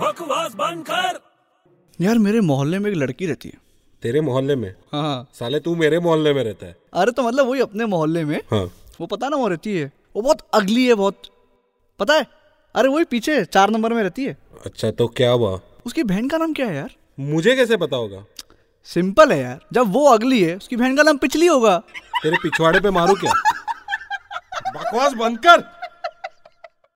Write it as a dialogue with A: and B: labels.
A: बकवास बंद कर
B: यार मेरे मोहल्ले में एक लड़की रहती है
C: तेरे मोहल्ले में
B: हाँ
C: साले तू मेरे मोहल्ले में रहता है
B: अरे तो मतलब वही अपने मोहल्ले में
C: हाँ
B: वो पता ना वो रहती है वो बहुत अगली है बहुत पता है अरे वही पीछे चार नंबर में रहती है
C: अच्छा तो क्या हुआ
B: उसकी बहन का नाम क्या है यार
C: मुझे कैसे पता होगा
B: सिंपल है यार जब वो अगली है उसकी बहन का नाम पिछली होगा
C: तेरे पिछवाड़े पे मारू क्या बकवास बंद कर